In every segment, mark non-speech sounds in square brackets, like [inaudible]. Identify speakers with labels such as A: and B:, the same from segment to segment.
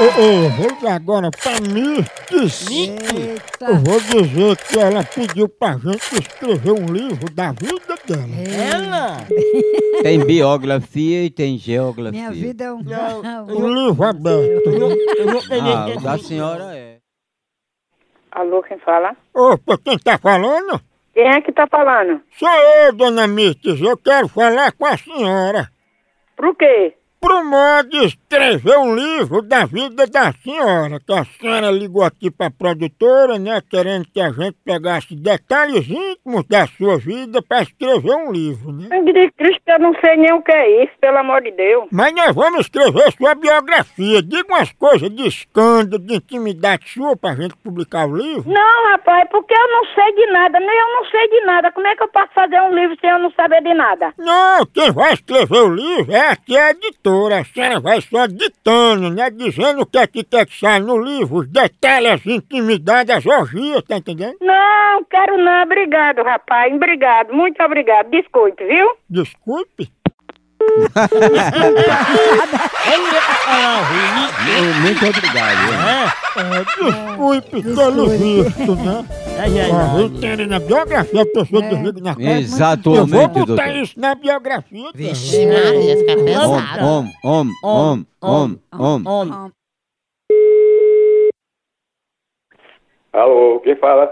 A: Eu, eu vou dar agora pra Mirtes. Eu
B: Eita.
A: vou dizer que ela pediu pra gente escrever um livro da vida dela.
C: Ela?
D: Tem biografia e tem geografia.
B: Minha vida é um... [laughs]
A: Um livro aberto.
C: Eu não, eu
A: é
C: não
D: Ah,
C: peguei.
D: o da senhora é.
E: Alô, quem fala?
A: Opa, quem tá falando?
E: Quem é que tá falando?
A: Sou eu, dona Mirtes. Eu quero falar com a senhora.
E: Pro quê?
A: Pro modo de escrever um livro da vida da senhora, que a senhora ligou aqui pra produtora, né, querendo que a gente pegasse detalhes íntimos da sua vida pra escrever um livro, né?
E: Eu digo, Cristo, eu não sei nem o que é isso, pelo amor de Deus.
A: Mas nós vamos escrever sua biografia. Diga umas coisas de escândalo, de intimidade sua pra gente publicar o livro.
E: Não, rapaz, porque eu não sei de nada, nem eu não sei de nada. Como é que eu posso fazer um livro sem eu não saber de nada?
A: Não, quem vai escrever o livro é aqui a editora. A senhora vai só ditando, né? Dizendo o que é que quer que saia no livro, os detalhes, as intimidades, as orgias, tá entendendo?
E: Não, quero não, obrigado, rapaz, obrigado, muito obrigado, desculpe, viu?
A: Desculpe.
D: Muito obrigado. hein?
A: É, desculpe, pelo visto, né? Uma vez querendo na biografia, a pessoa
B: É.
A: desliga na cara. Eu vou
D: Exatamente, doutor.
A: botar isso na biografia dela.
F: Vixe, Maria, fica pesado.
D: Om, om, om, om, om, om.
C: Homem.
G: Alô, quem fala?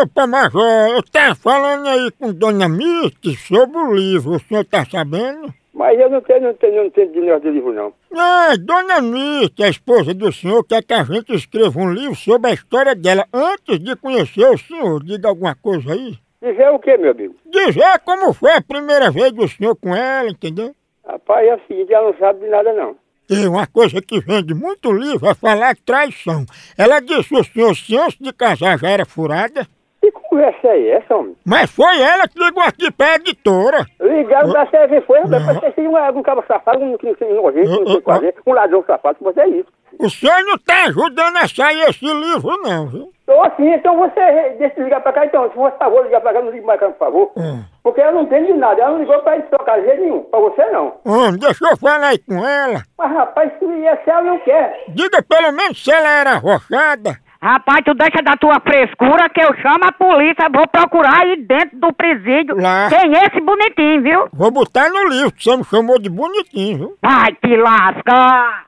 A: Opa, Major, eu tava falando aí com Dona Mirti sobre o livro, o senhor tá sabendo?
G: Mas eu não tenho, não tenho, não tenho dinheiro de livro, não.
A: Não, Ah, Dona Mirti, a esposa do senhor, quer que a gente escreva um livro sobre a história dela antes de conhecer o senhor. Diga alguma coisa aí.
G: Dizer é o quê, meu amigo?
A: Dizer como foi a primeira vez do senhor com ela, entendeu?
G: Rapaz, é o seguinte, ela não sabe de nada, não.
A: E uma coisa que vende muito livro é falar traição. Ela disse o senhor se antes de casar já era furada,
G: Que conversa é essa, homem?
A: mas foi ela que ligou aqui pra editora.
G: Ligaram da serve foi, rapaz,
A: Não.
G: parece que um, um cabo safado, um que não tem nojento, não sei o que fazer, um ladrão safado, você é isso.
A: O senhor não tá ajudando a sair esse livro, não, viu?
G: Então, assim, então você deixa eu ligar pra cá, então, se for favor, ligar pra cá, não ligue mais cá, por favor.
A: Hum.
G: Porque ela não tem de nada, ela não ligou pra isso, pra jeito nenhum, pra você não.
A: Hum, deixa eu falar aí com ela.
G: Mas, rapaz, se essa ela não quer.
A: Diga pelo menos se ela era arrochada.
E: Rapaz, tu deixa da tua frescura que eu chamo a polícia, vou procurar aí dentro do presídio.
A: Lá.
E: Tem esse bonitinho, viu?
A: Vou botar no livro, que você me chamou de bonitinho, viu?
E: Vai te lascar!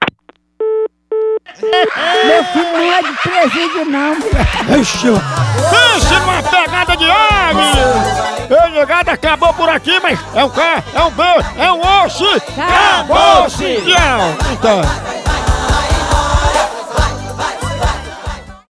B: Meu filho não é de presídio, não.
A: Pense numa pegada de homem! Ei, negado, acabou por aqui, mas é um K, é um B, é um osso!
B: Acabou-se!
A: Tchau! Então...